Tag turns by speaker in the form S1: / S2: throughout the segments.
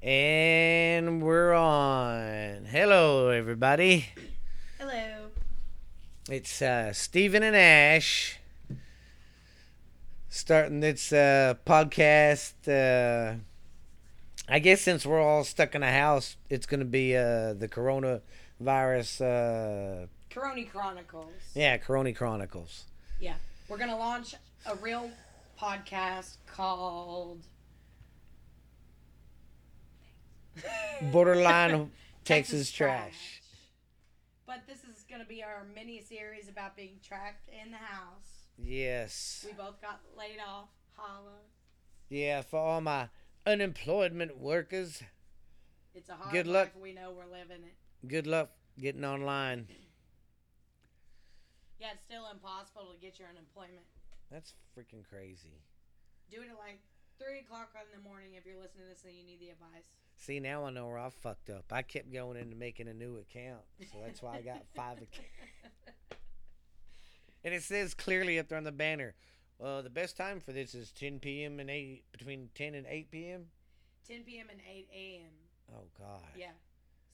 S1: And we're on. Hello, everybody.
S2: Hello.
S1: It's uh, Stephen and Ash starting this uh, podcast. Uh, I guess since we're all stuck in a house, it's going to be uh, the coronavirus. Uh,
S2: Corona Chronicles.
S1: yeah, Corona Chronicles.
S2: Yeah. We're going to launch a real podcast called.
S1: Borderline Texas Trash.
S2: But this is going to be our mini series about being trapped in the house.
S1: Yes.
S2: We both got laid off. Holla.
S1: Yeah, for all my unemployment workers,
S2: It's a hard
S1: Good
S2: life.
S1: luck.
S2: We know we're living it.
S1: good luck getting online.
S2: Yeah, it's still impossible to get your unemployment.
S1: That's freaking crazy.
S2: Do it at like 3 o'clock in the morning if you're listening to this and you need the advice.
S1: See, now I know where I fucked up. I kept going into making a new account. So that's why I got five accounts. And it says clearly up there on the banner, well, the best time for this is 10 p.m. and 8, between 10 and 8 p.m.
S2: 10 p.m. and 8 a.m.
S1: Oh, God.
S2: Yeah.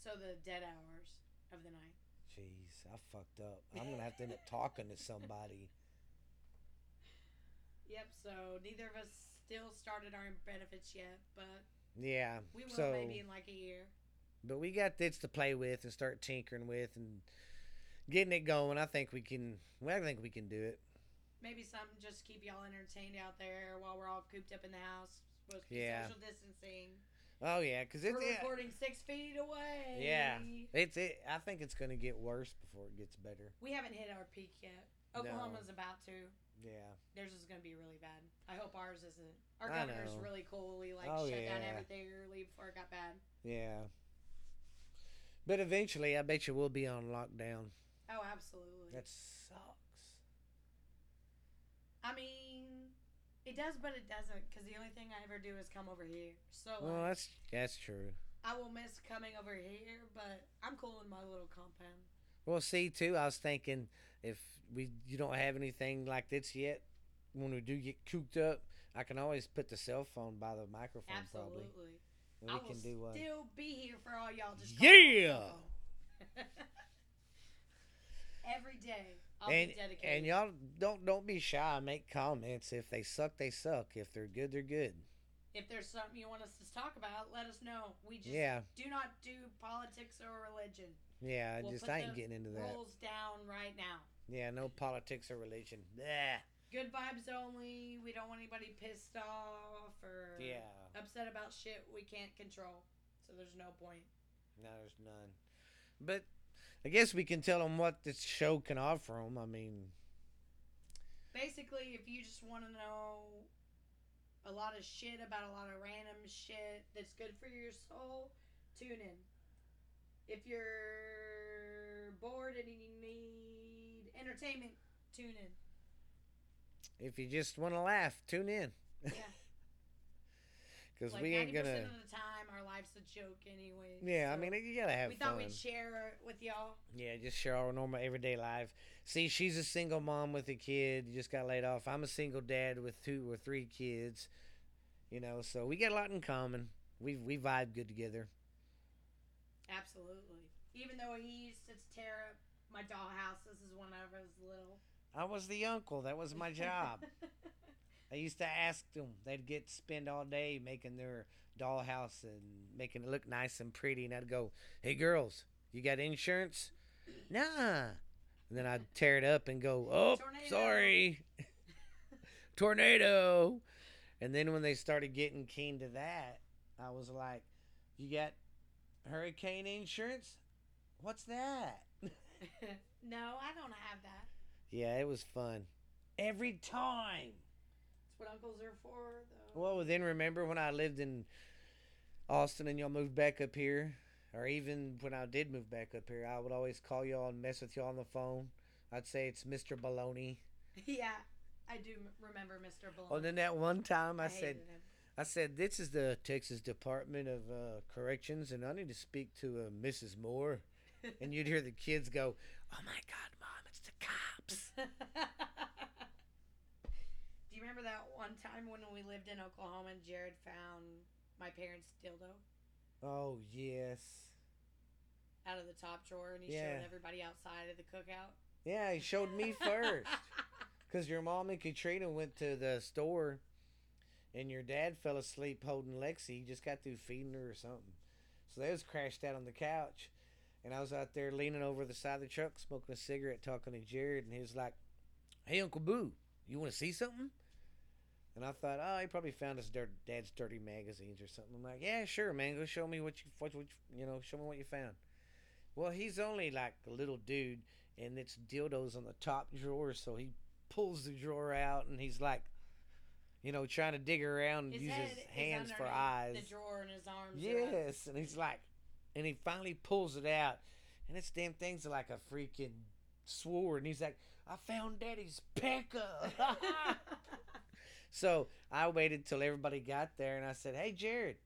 S2: So the dead hours of the night.
S1: Jeez, I fucked up. I'm going to have to end up talking to somebody.
S2: Yep. So neither of us still started our benefits yet, but
S1: Yeah.
S2: we will
S1: so,
S2: maybe in like a year.
S1: But we got this to play with and start tinkering with and getting it going. I think we can, well, I think we can do it.
S2: Maybe something just to keep y'all entertained out there while we're all cooped up in the house. Supposed to be
S1: Yeah.
S2: Social distancing.
S1: Oh, yeah, because it's,
S2: we're
S1: yeah,
S2: recording six feet away.
S1: Yeah. it's, it, I think it's going to get worse before it gets better.
S2: We haven't hit our peak yet.
S1: No.
S2: Oklahoma's about to.
S1: Yeah.
S2: Theirs is going to be really bad. I hope ours isn't. Our
S1: I
S2: governor's
S1: know.
S2: really cool. He like
S1: Oh,
S2: shut down
S1: yeah.
S2: everything early before it got bad.
S1: Yeah. But eventually, I bet you we'll be on lockdown.
S2: Oh, absolutely.
S1: That sucks.
S2: I mean, it does, but it doesn't, because the only thing I ever do is come over here. So
S1: Well,
S2: like,
S1: that's that's true.
S2: I will miss coming over here, but I'm cool in my little compound.
S1: Well, see, too, I was thinking if we you don't have anything like this yet, when we do get cooped up, I can always put the cell phone by the microphone, probably,
S2: Absolutely,
S1: and
S2: I
S1: we
S2: will
S1: can do uh, one.
S2: still be here for all y'all. Just call me on
S1: Yeah!
S2: the phone. Every day, I'll
S1: and
S2: be dedicated.
S1: and y'all don't don't be shy. Make comments. If they suck, they suck. If they're good, they're good.
S2: if there's something you want us to talk about, let us know. We just
S1: Yeah.
S2: do not do politics or religion.
S1: Yeah, I
S2: We'll
S1: just
S2: put
S1: I ain't
S2: those
S1: getting into that.
S2: Rules down right now.
S1: Yeah, no politics or religion. Yeah,
S2: Good vibes only. We don't want anybody pissed off or
S1: yeah.
S2: upset about shit we can't control. So there's no point.
S1: No, there's none. But I guess we can tell them what this show can offer them. I mean,
S2: Basically, if you just want to know a lot of shit about a lot of random shit that's good for your soul, tune in. If you're bored and you need entertainment, tune in.
S1: if you just want to laugh, tune in.
S2: Yeah.
S1: Because
S2: like
S1: we
S2: 90%
S1: ain't gonna.
S2: of the time, our life's a joke anyway.
S1: Yeah, I
S2: so
S1: mean, you gotta have
S2: we thought
S1: fun.
S2: we'd share it with y'all.
S1: Yeah, just share our normal everyday life. See, she's a single mom with a kid. Just got laid off. I'm a single dad with two or three kids. You know, so we got a lot in common. We we vibe good together.
S2: Absolutely. Even though he used to tear up my dollhouse, this is one of his little.
S1: I was the uncle. That was my job. I used to ask them. They'd get spend all day making their dollhouse and making it look nice and pretty. And I'd go, "Hey girls, you got insurance?" Nah. And then I'd tear it up and go, "Oh,
S2: Tornado."
S1: sorry, tornado." And then when they started getting keen to that, I was like, "You got hurricane insurance? What's that?"
S2: no, I don't have that.
S1: Yeah, it was fun. Every time.
S2: That's what uncles are for, though.
S1: Well, then remember when I lived in Austin and y'all moved back up here, or even when I did move back up here, I would always call y'all and mess with y'all on the phone. I'd say it's Mr. Baloney.
S2: yeah, I do m- remember Mr. Baloney.
S1: Well, then that one time I, said,
S2: hated him.
S1: I said, this is the Texas Department of uh, Corrections, and I need to speak to uh, Mrs. Moore. And you'd hear the kids go, oh my God, Mom, it's the cops.
S2: do you remember that one time when we lived in Oklahoma and Jared found my parents' dildo?
S1: Oh yes.
S2: out of the top drawer and he
S1: Yeah.
S2: showed everybody outside of the cookout.
S1: Yeah, he showed me first. Cause your mom and Katrina went to the store, and your dad fell asleep holding Lexi. He just got through feeding her or something, so they was crashed out on the couch, and I was out there leaning over the side of the truck smoking a cigarette, talking to Jared, and he was like, "Hey, Uncle Boo, you want to see something?" And I thought, oh, he probably found his dirt, dad's dirty magazines or something. I'm like, yeah, sure, man. Go show me what you, what, what you, you know, show me what you found. Well, he's only like a little dude, and it's dildos on the top drawer, so he pulls the drawer out and he's like, you know, trying to dig around and
S2: His
S1: use
S2: head
S1: his
S2: is
S1: hands for eyes.
S2: underneath The drawer and his arms. are up.
S1: Yes, and he's like, and he finally pulls it out, and this damn thing's like a freaking sword. And he's like, I found Daddy's pecker. so I waited till everybody got there, and I said, Hey, Jared,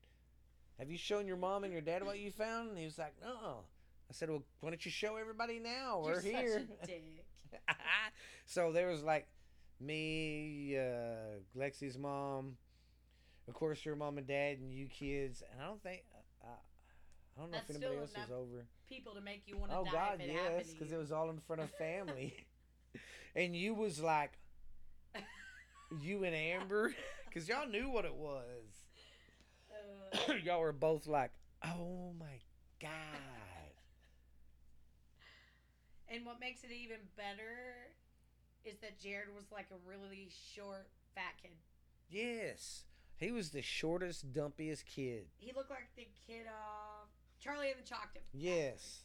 S1: have you shown your mom and your dad what you found? And he was like, No. I said, Well, why don't you show everybody now? We're
S2: You're
S1: here.
S2: Such a dick.
S1: so there was like me, uh, Lexi's mom, of course your mom and dad and you kids, and I don't think uh, I don't know
S2: That's
S1: if anybody
S2: still
S1: else was
S2: enough
S1: over.
S2: People to make you want to
S1: Oh
S2: die
S1: God,
S2: if it happened
S1: yes,
S2: to
S1: because
S2: you.
S1: it was all in front of family, and you was like, you and Amber, because y'all knew what it was.
S2: Uh,
S1: y'all were both like, oh my God.
S2: and what makes it even better is that Jared was like a really short, fat kid.
S1: Yes, he was the shortest, dumpiest kid.
S2: He looked like the kid off Charlie and the Chocolate. Factory.
S1: Yes,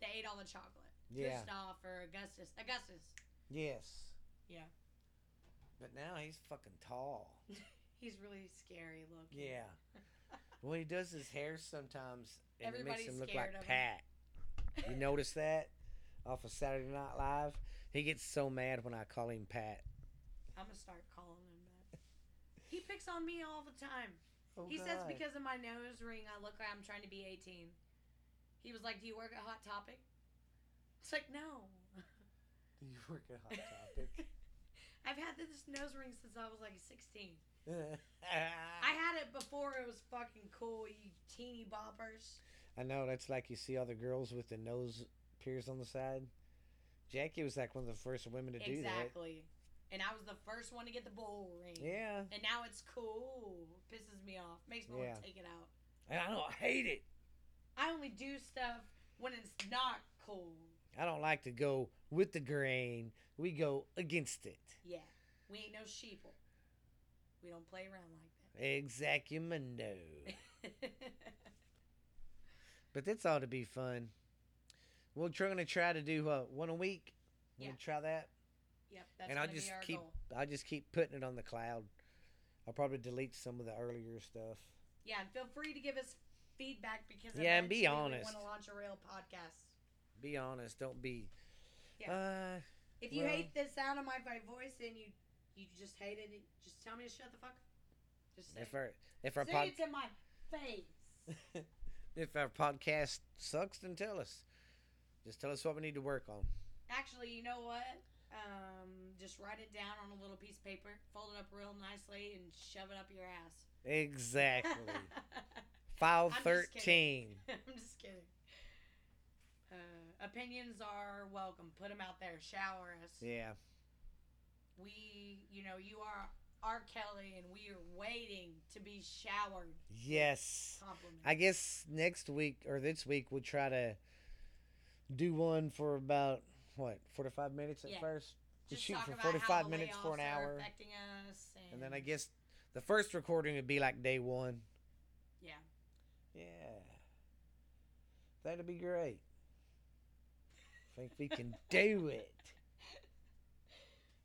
S2: They ate all the chocolate.
S1: yeah.
S2: Gustav or Augustus. Augustus.
S1: Yes.
S2: Yeah.
S1: But now he's fucking tall.
S2: He's really scary looking.
S1: Yeah. well, he does his hair sometimes, and it
S2: Everybody's
S1: makes him look
S2: scared
S1: like
S2: of him.
S1: Pat. You notice that off of Saturday Night Live? He gets so mad when I call him Pat.
S2: I'm gonna start calling him that. He picks on me all the time. Oh,
S1: Oh,
S2: he says because of my nose ring, I look like I'm trying to be 18. He was like, "Do you work at Hot Topic?" It's like, no.
S1: you work at Hot Topic.
S2: I've had this nose ring since I was like 16. I had it before it was fucking cool. You teeny boppers.
S1: I know that's like you see all the girls with the nose pierced on the side. Jackie was like one of the first women to do that.
S2: Exactly. And I was the first one to get the bull ring.
S1: Yeah,
S2: And now it's cool. Pisses me off. Makes me want
S1: Yeah.
S2: to take it out.
S1: and I don't hate it.
S2: I only do stuff when it's not cool.
S1: I don't like to go with the grain. We go against it.
S2: Yeah. We ain't no sheeple. We don't play around like
S1: Exactamundo.
S2: that.
S1: but that's all to be fun. We're trying to try to do uh, one a week. We'll
S2: Yeah.
S1: try that.
S2: yep, that's
S1: And I'll
S2: gonna
S1: just
S2: be our
S1: keep-
S2: goal.
S1: I'll just keep putting it on the cloud. I'll probably delete some of the earlier stuff.
S2: Yeah, and feel free to give us feedback because
S1: Yeah, and be
S2: eventually we want
S1: honest.
S2: to launch a real podcast.
S1: Be honest. Don't be.
S2: Yeah.
S1: Uh,
S2: If you
S1: Well-
S2: hate the sound of my, my voice and you you just hate it, just tell me to shut the fuck up. Just say,
S1: if
S2: it.
S1: our if our
S2: say
S1: pod,
S2: it to my face.
S1: if our podcast sucks, then tell us. Just tell us what we need to work on.
S2: Actually, you know what? Um, just write it down on a little piece of paper, fold it up real nicely, and shove it up your ass.
S1: Exactly. File
S2: just kidding.
S1: thirteen.
S2: I'm just kidding. Uh, opinions are welcome. Put them out there. Shower us.
S1: Yeah.
S2: We, you know, you are R. Kelly, and we are waiting to be showered.
S1: Yes.
S2: Compliments.
S1: I guess next week or this week we'll try to do one for about what forty five minutes at
S2: Yeah.
S1: first. We
S2: just
S1: shoot
S2: talk
S1: for
S2: about
S1: 45
S2: how the
S1: minutes for an
S2: layoffs are
S1: hour.
S2: affecting us, and,
S1: And then I guess the first recording would be like day one.
S2: yeah,
S1: Yeah. That'd be great. Think we can do it.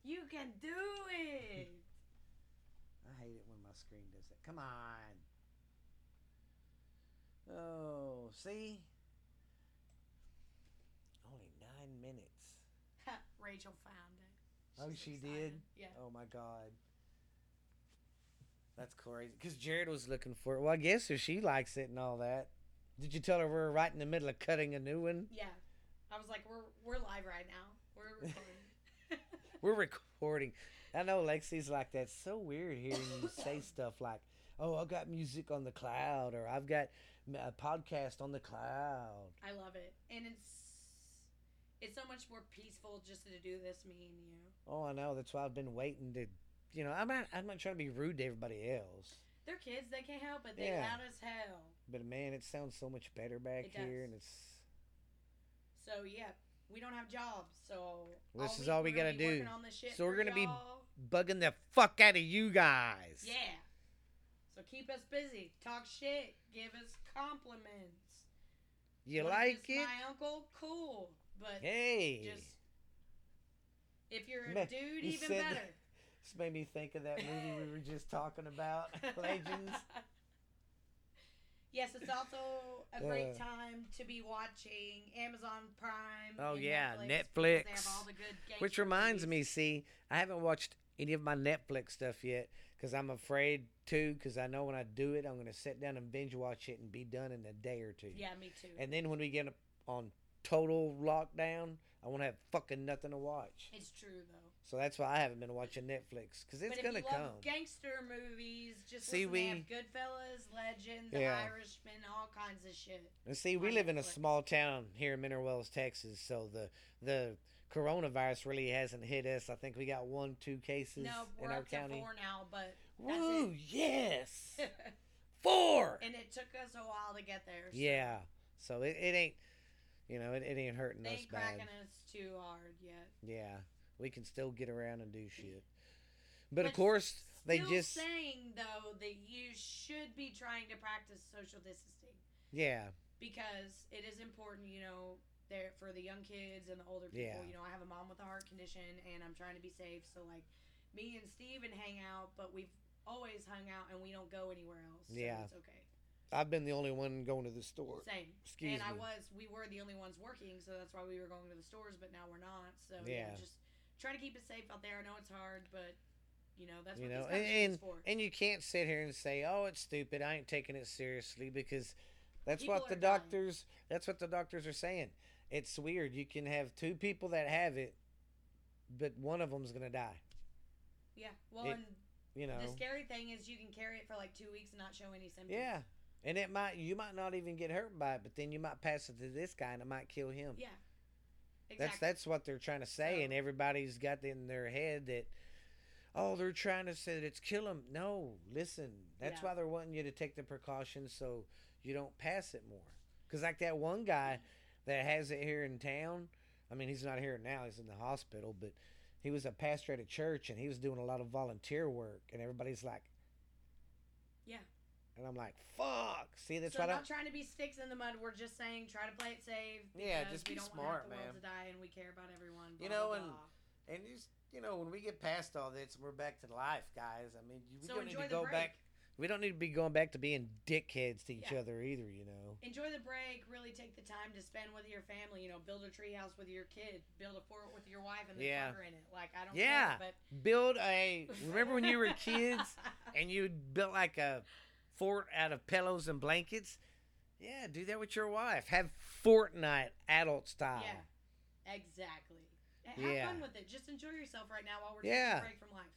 S2: you can do it.
S1: I hate it when my screen does that. Come on. Oh, see? Only nine minutes.
S2: Rachel found it.
S1: Oh,
S2: She's
S1: she
S2: excited.
S1: did?
S2: Yeah.
S1: Oh my god. That's crazy. Because Jared was looking for it. Well, I guess if she likes it and all that. Did you tell her we're right in the middle of cutting a new one?
S2: Yeah. I was like, we're we're live right now. We're
S1: We're
S2: recording.
S1: recording. I know Lexi's like that. It's so weird hearing you say stuff like, oh, I've got music on the cloud, or I've got m- a podcast on the cloud.
S2: I love it, and it's it's so much more peaceful just to do this, me and you.
S1: Oh, I know. That's why I've been waiting to, you know, I'm not, I'm not trying to be rude to everybody else,
S2: They're kids; they can't help it. They
S1: Yeah.
S2: loud as hell.
S1: but man, it sounds so much better back
S2: It
S1: here,
S2: does.
S1: and it's
S2: So yeah, we don't have jobs, so
S1: This is all we
S2: we're gonna
S1: gotta
S2: be working
S1: do.
S2: on this shit
S1: So we're
S2: for
S1: gonna be-
S2: y'all.
S1: bugging the fuck out of you guys.
S2: yeah. So keep us busy, talk shit, give us compliments.
S1: You
S2: Wanna
S1: like
S2: diss
S1: it?
S2: My uncle, cool, but
S1: Hey.
S2: just if you're a
S1: Ma-
S2: dude,
S1: you
S2: even
S1: said-
S2: better.
S1: This made me think of that movie we were just talking about, Legends.
S2: Yes, it's also a great
S1: Uh.
S2: time to be watching Amazon Prime.
S1: Oh,
S2: and
S1: yeah,
S2: because They
S1: Netflix.
S2: have all the good gangster
S1: Which reminds
S2: movies.
S1: me, see, I haven't watched any of my Netflix stuff yet because I'm afraid to. Because I know when I do it, I'm going to sit down and binge watch it and be done in a day or two.
S2: Yeah, me too.
S1: And then when we get up on total lockdown, I won't have fucking nothing to watch.
S2: it's true though.
S1: So that's why I haven't been watching Netflix because it's
S2: but
S1: going to
S2: if you love
S1: come.
S2: gangster movies, just
S1: See,
S2: listen, they
S1: we-
S2: have Goodfellas, Legend,
S1: Yeah.
S2: The Irishman, all kinds of shit.
S1: And see, we
S2: on
S1: live in a
S2: Netflix.
S1: small town here in Mineral Wells, Texas, so the the coronavirus really hasn't hit us. I think we got one, two cases
S2: No,
S1: in
S2: we're
S1: our
S2: up to
S1: county.
S2: four now, but that's
S1: Woo! Yes,
S2: it.
S1: four.
S2: and it took us a while to get there. so
S1: yeah, so it, it ain't, you know, it, it ain't hurting
S2: they
S1: us
S2: ain't
S1: bad.
S2: cracking us too hard yet.
S1: Yeah, we can still get around and do shit. But, of
S2: But
S1: course, they
S2: Still
S1: just
S2: saying though that you should be trying to practice social distancing
S1: yeah
S2: because it is important. You know, there for the young kids and the older people.
S1: Yeah.
S2: You know, I have a mom with a heart condition, and I'm trying to be safe. So like, me and Steven hang out, but we've always hung out, and we don't go anywhere else. So
S1: Yeah.
S2: it's okay.
S1: I've been the only one going to the store.
S2: Same.
S1: Excuse
S2: and I
S1: me.
S2: was, we were the only ones working, so that's why we were going to the stores, but now we're not. So
S1: Yeah.
S2: yeah, just try to keep it safe out there. I know it's hard, but you know that's
S1: You
S2: what
S1: know,
S2: these kind of shit is for.
S1: And you can't sit here and say, "Oh, it's stupid. I ain't taking it seriously," because that's
S2: People
S1: what the
S2: are dying.
S1: doctors that's what the doctors are saying. It's weird. You can have two people that have it, but one of them's gonna die.
S2: yeah. Well,
S1: it-
S2: and
S1: You know.
S2: the scary thing is you can carry it for like two weeks and not show any symptoms.
S1: Yeah, and it might you might not even get hurt by it, but then you might pass it to this guy and it might kill him.
S2: Yeah.
S1: That's
S2: Exactly.
S1: that's what they're trying to say, and
S2: So-
S1: everybody's got in their head that. Oh, they're trying to say that it's kill them. No, listen. That's
S2: Yeah.
S1: why they're wanting you to take the precautions so you don't pass it more. Because like that one guy that has it here in town. I mean, he's not here now. He's in the hospital, but he was a pastor at a church and he was doing a lot of volunteer work. And everybody's like,
S2: Yeah.
S1: And I'm like, fuck. See, that's
S2: so
S1: why I
S2: not
S1: don't.
S2: trying to be sticks in the mud. We're just saying try to play it safe.
S1: Yeah,
S2: because
S1: just
S2: we
S1: be
S2: don't
S1: smart,
S2: want half the
S1: man.
S2: World to die, and we care about everyone.
S1: You
S2: blah,
S1: know,
S2: blah,
S1: and
S2: blah.
S1: And just you know, when we get past all this, we're back to life, guys. I mean, we
S2: so
S1: don't need
S2: enjoy
S1: to
S2: the
S1: go
S2: break.
S1: back. We don't need to be going back to being dickheads to each
S2: Yeah.
S1: other either. You know.
S2: enjoy the break really take the time to spend with your family you know build a tree house with your kid build a fort with your wife and then
S1: Yeah.
S2: fuck her in it like i don't
S1: Yeah.
S2: care, but
S1: Build a. Remember when you were kids and you built like a fort out of pillows and blankets? Yeah, do that with your wife. Have Fortnite adult style.
S2: yeah exactly And
S1: Yeah.
S2: have fun with it just enjoy yourself right now while we're
S1: Yeah.
S2: taking a break from life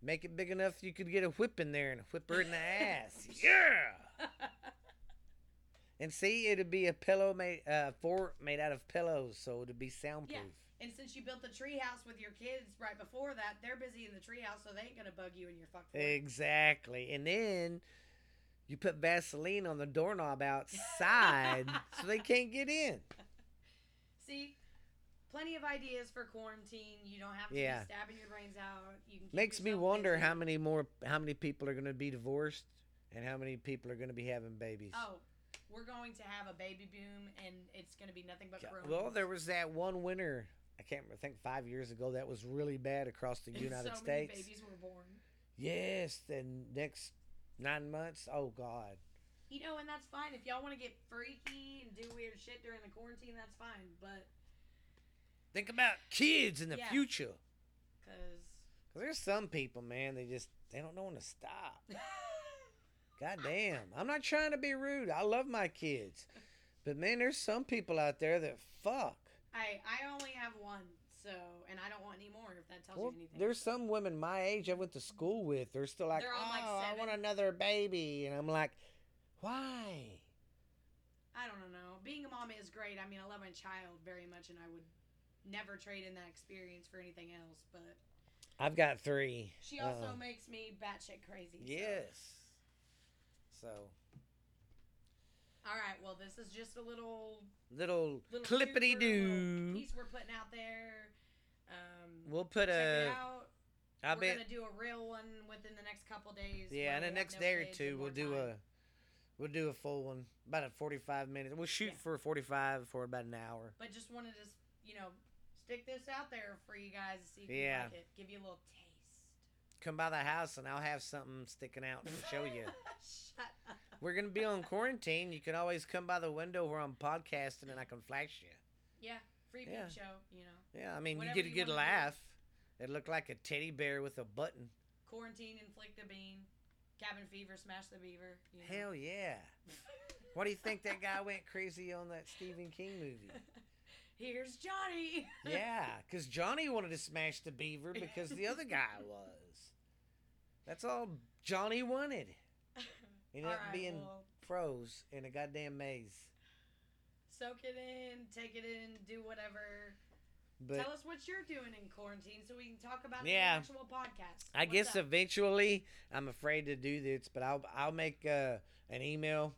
S1: Make it big enough you could get a whip in there and whip her in the ass. Yeah. And see, it'd be a pillow made uh, fort made out of pillows, so it'd be soundproof.
S2: and since you built the tree house with your kids right before that they're busy in the tree house so they ain't gonna bug you in your fuck fort.
S1: Exactly. And then you put Vaseline on the doorknob outside so they can't get in.
S2: see plenty of ideas for quarantine you don't have to
S1: Yeah.
S2: be stabbing your brains out you can keep
S1: Makes me
S2: yourself
S1: wonder
S2: busy.
S1: how many more how many people are going to be divorced and how many people are going to be having babies.
S2: Oh, we're going to have a baby boom, and it's going to be nothing but
S1: Yeah,
S2: corona.
S1: Well, there was that one winter. I can't remember, I think 5 years ago that was really bad across the United
S2: so
S1: States.
S2: Many babies were born.
S1: Yes, then next 9 months. Oh god.
S2: You know, and that's fine. If y'all want to get freaky and do weird shit during the quarantine, that's fine. But
S1: Think about kids in the
S2: Yeah.
S1: future.
S2: because
S1: Cause there's some people, man, they just they don't know when to stop. God damn. I'm not trying to be rude. I love my kids. But man, there's some people out there that fuck.
S2: I I only have one, So, and I don't want any more if that tells
S1: Well,
S2: you anything.
S1: there's some women my age I went to school with. They're still like,
S2: They're
S1: oh,
S2: on, like,
S1: I want
S2: seven."
S1: another baby, and I'm like, why?
S2: I don't know. Being a mom is great. I mean, I love my child very much, and I would never trade in that experience for anything else. But
S1: I've got three.
S2: she also
S1: Uh,
S2: makes me batshit crazy. so-
S1: yes. So
S2: All right. Well, this is just a little,
S1: little,
S2: little
S1: clippity
S2: super little
S1: doo.
S2: piece we're putting out there. Um,
S1: We'll put
S2: check it
S1: a.
S2: out.
S1: uh, I
S2: we're
S1: bet.
S2: gonna do a real one within the next couple days.
S1: Yeah, in
S2: where we
S1: the
S2: have
S1: next
S2: no
S1: day or
S2: kids
S1: two,
S2: and
S1: we'll
S2: more
S1: do
S2: time.
S1: a we'll do a full one, about a forty-five minutes. We'll shoot
S2: Yeah.
S1: for forty-five for about an hour.
S2: But just wanted to, s- you know, stick this out there for you guys to see if
S1: Yeah.
S2: you like it. Give you a little taste.
S1: Come by the house, and I'll have something sticking out to show you.
S2: Shut up.
S1: We're gonna be on quarantine. You can always come by the window where I'm podcasting, and I can flash you.
S2: Yeah, free
S1: Yeah.
S2: peep show. You know,
S1: Yeah, I mean,
S2: Whatever
S1: you get
S2: you
S1: a good
S2: wanna do.
S1: laugh. It looked like a teddy bear with a button.
S2: quarantine, inflict the bean, cabin fever, smash the beaver. You know.
S1: Hell yeah! What do you think that guy went crazy on that Stephen King movie?
S2: Here's Johnny.
S1: Yeah, because Johnny wanted to smash the beaver because the other guy was. That's all Johnny wanted. Ended
S2: All
S1: up being
S2: well,
S1: froze in a goddamn maze.
S2: soak it in, take it in, do whatever.
S1: But
S2: Tell us what you're doing in quarantine so we can talk about
S1: Yeah.
S2: it in the actual podcast.
S1: I
S2: What's
S1: guess
S2: up?
S1: eventually I'm afraid to do this, but I'll I'll make uh, an email.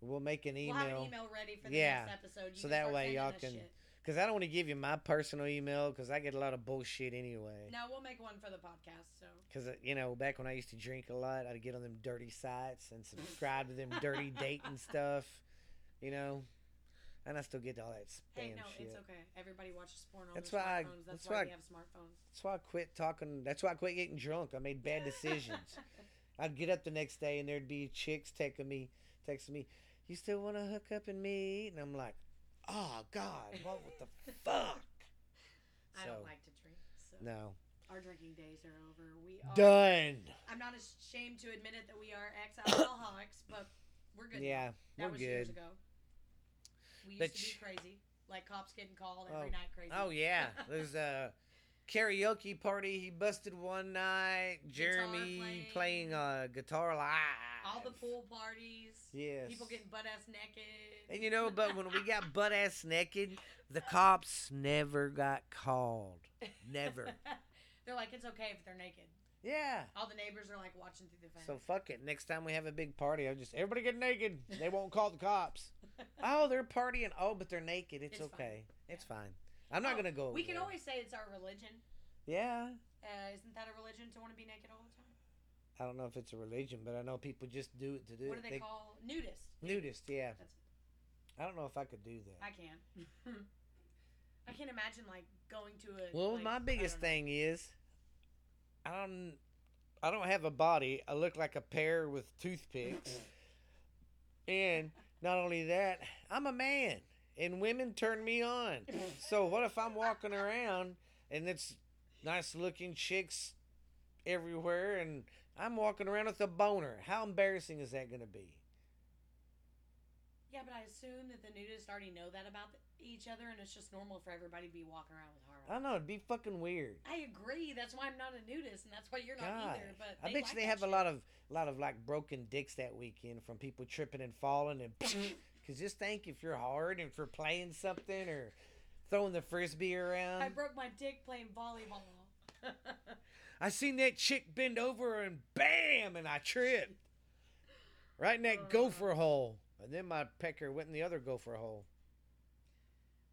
S1: We'll make an
S2: We'll have an
S1: email
S2: email ready for the
S1: Yeah.
S2: next episode. You
S1: So
S2: can
S1: that
S2: start
S1: way
S2: sending
S1: y'all
S2: us
S1: can-
S2: shit.
S1: because I don't want to give you my personal email because I get a lot of bullshit anyway.
S2: No, we'll make one for the podcast. So
S1: Because, uh, you know, back when I used to drink a lot, I'd get on them dirty sites and subscribe to them dirty dating stuff, you know. And I still get all that spam
S2: hey, no,
S1: shit.
S2: it's okay. Everybody watches porn on
S1: That's
S2: their
S1: why I-
S2: smartphones. that's
S1: that's
S2: why
S1: why
S2: we have smartphones.
S1: That's why I quit talking. That's why I quit getting drunk. I made bad decisions. I'd get up the next day and there'd be chicks taking me, texting me, "You still want to hook up and meet?" And I'm like, "Oh God, what the fuck?"
S2: I
S1: So,
S2: don't like to drink. So
S1: No,
S2: our drinking days are over. We are.
S1: done.
S2: I'm not ashamed to admit it that we are ex-alcoholics, but we're good. now.
S1: Yeah,
S2: that
S1: we're
S2: was years
S1: good.
S2: ago. We used
S1: But
S2: to be
S1: sh-
S2: crazy, like cops getting called every night. Crazy.
S1: Oh yeah, there's a karaoke party. He busted one night. Jeremy
S2: playing.
S1: playing uh, guitar live.
S2: All the pool parties.
S1: Yes.
S2: People getting butt ass naked.
S1: And you know, but when we got butt ass naked, the cops never got called. Never.
S2: they're like, it's okay if they're naked.
S1: Yeah.
S2: All the neighbors are like watching through the fence.
S1: So fuck it. Next time we have a big party, I'll just everybody get naked. They won't call the cops. Oh, they're partying. Oh, but they're naked. It's,
S2: It's fine.
S1: okay. It's fine. I'm not
S2: Oh,
S1: gonna go. over
S2: we can
S1: there.
S2: always say it's our religion.
S1: Yeah.
S2: Uh, isn't that a religion to want to be naked all the time?
S1: I don't know if it's a religion, but I know people just do it to do
S2: What
S1: it.
S2: do they, call nudist?
S1: Nudist. Yeah.
S2: That's
S1: I don't know if I could do that.
S2: I can. I can't imagine like going to a.
S1: Well,
S2: like, I
S1: my
S2: don't
S1: biggest
S2: know.
S1: thing is, I don't, I don't have a body. I look like a pear with toothpicks, and not only that, I'm a man, and women turn me on. So what if I'm walking around and it's nice looking chicks everywhere, and I'm walking around with a boner? How embarrassing is that going to be?
S2: Yeah, but I assume that the nudists already know that about th- each other, and it's just normal for everybody to be walking around with
S1: I don't
S2: hard.
S1: know. It'd be fucking weird.
S2: I agree. That's why I'm not a nudist, and that's why you're not
S1: God,
S2: either. But
S1: I bet
S2: like
S1: you they
S2: that
S1: have a
S2: shit.
S1: lot of lot of like broken dicks that weekend from people tripping and falling and because just think if you're hard and for playing something or throwing the frisbee around.
S2: I
S1: I,
S2: broke my dick playing volleyball.
S1: seen that chick bend over and bam, and I tripped right in that
S2: Oh.
S1: gopher hole, and then my pecker went in the other gopher hole.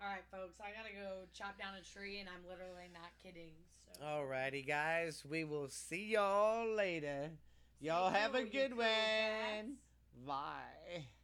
S2: All right, folks, I gotta go chop down a tree, and I'm literally not kidding. So.
S1: Oh. Alrighty, guys, we will see y'all later. Y'all have a
S2: You
S1: good
S2: cool
S1: one.
S2: cats.
S1: Bye.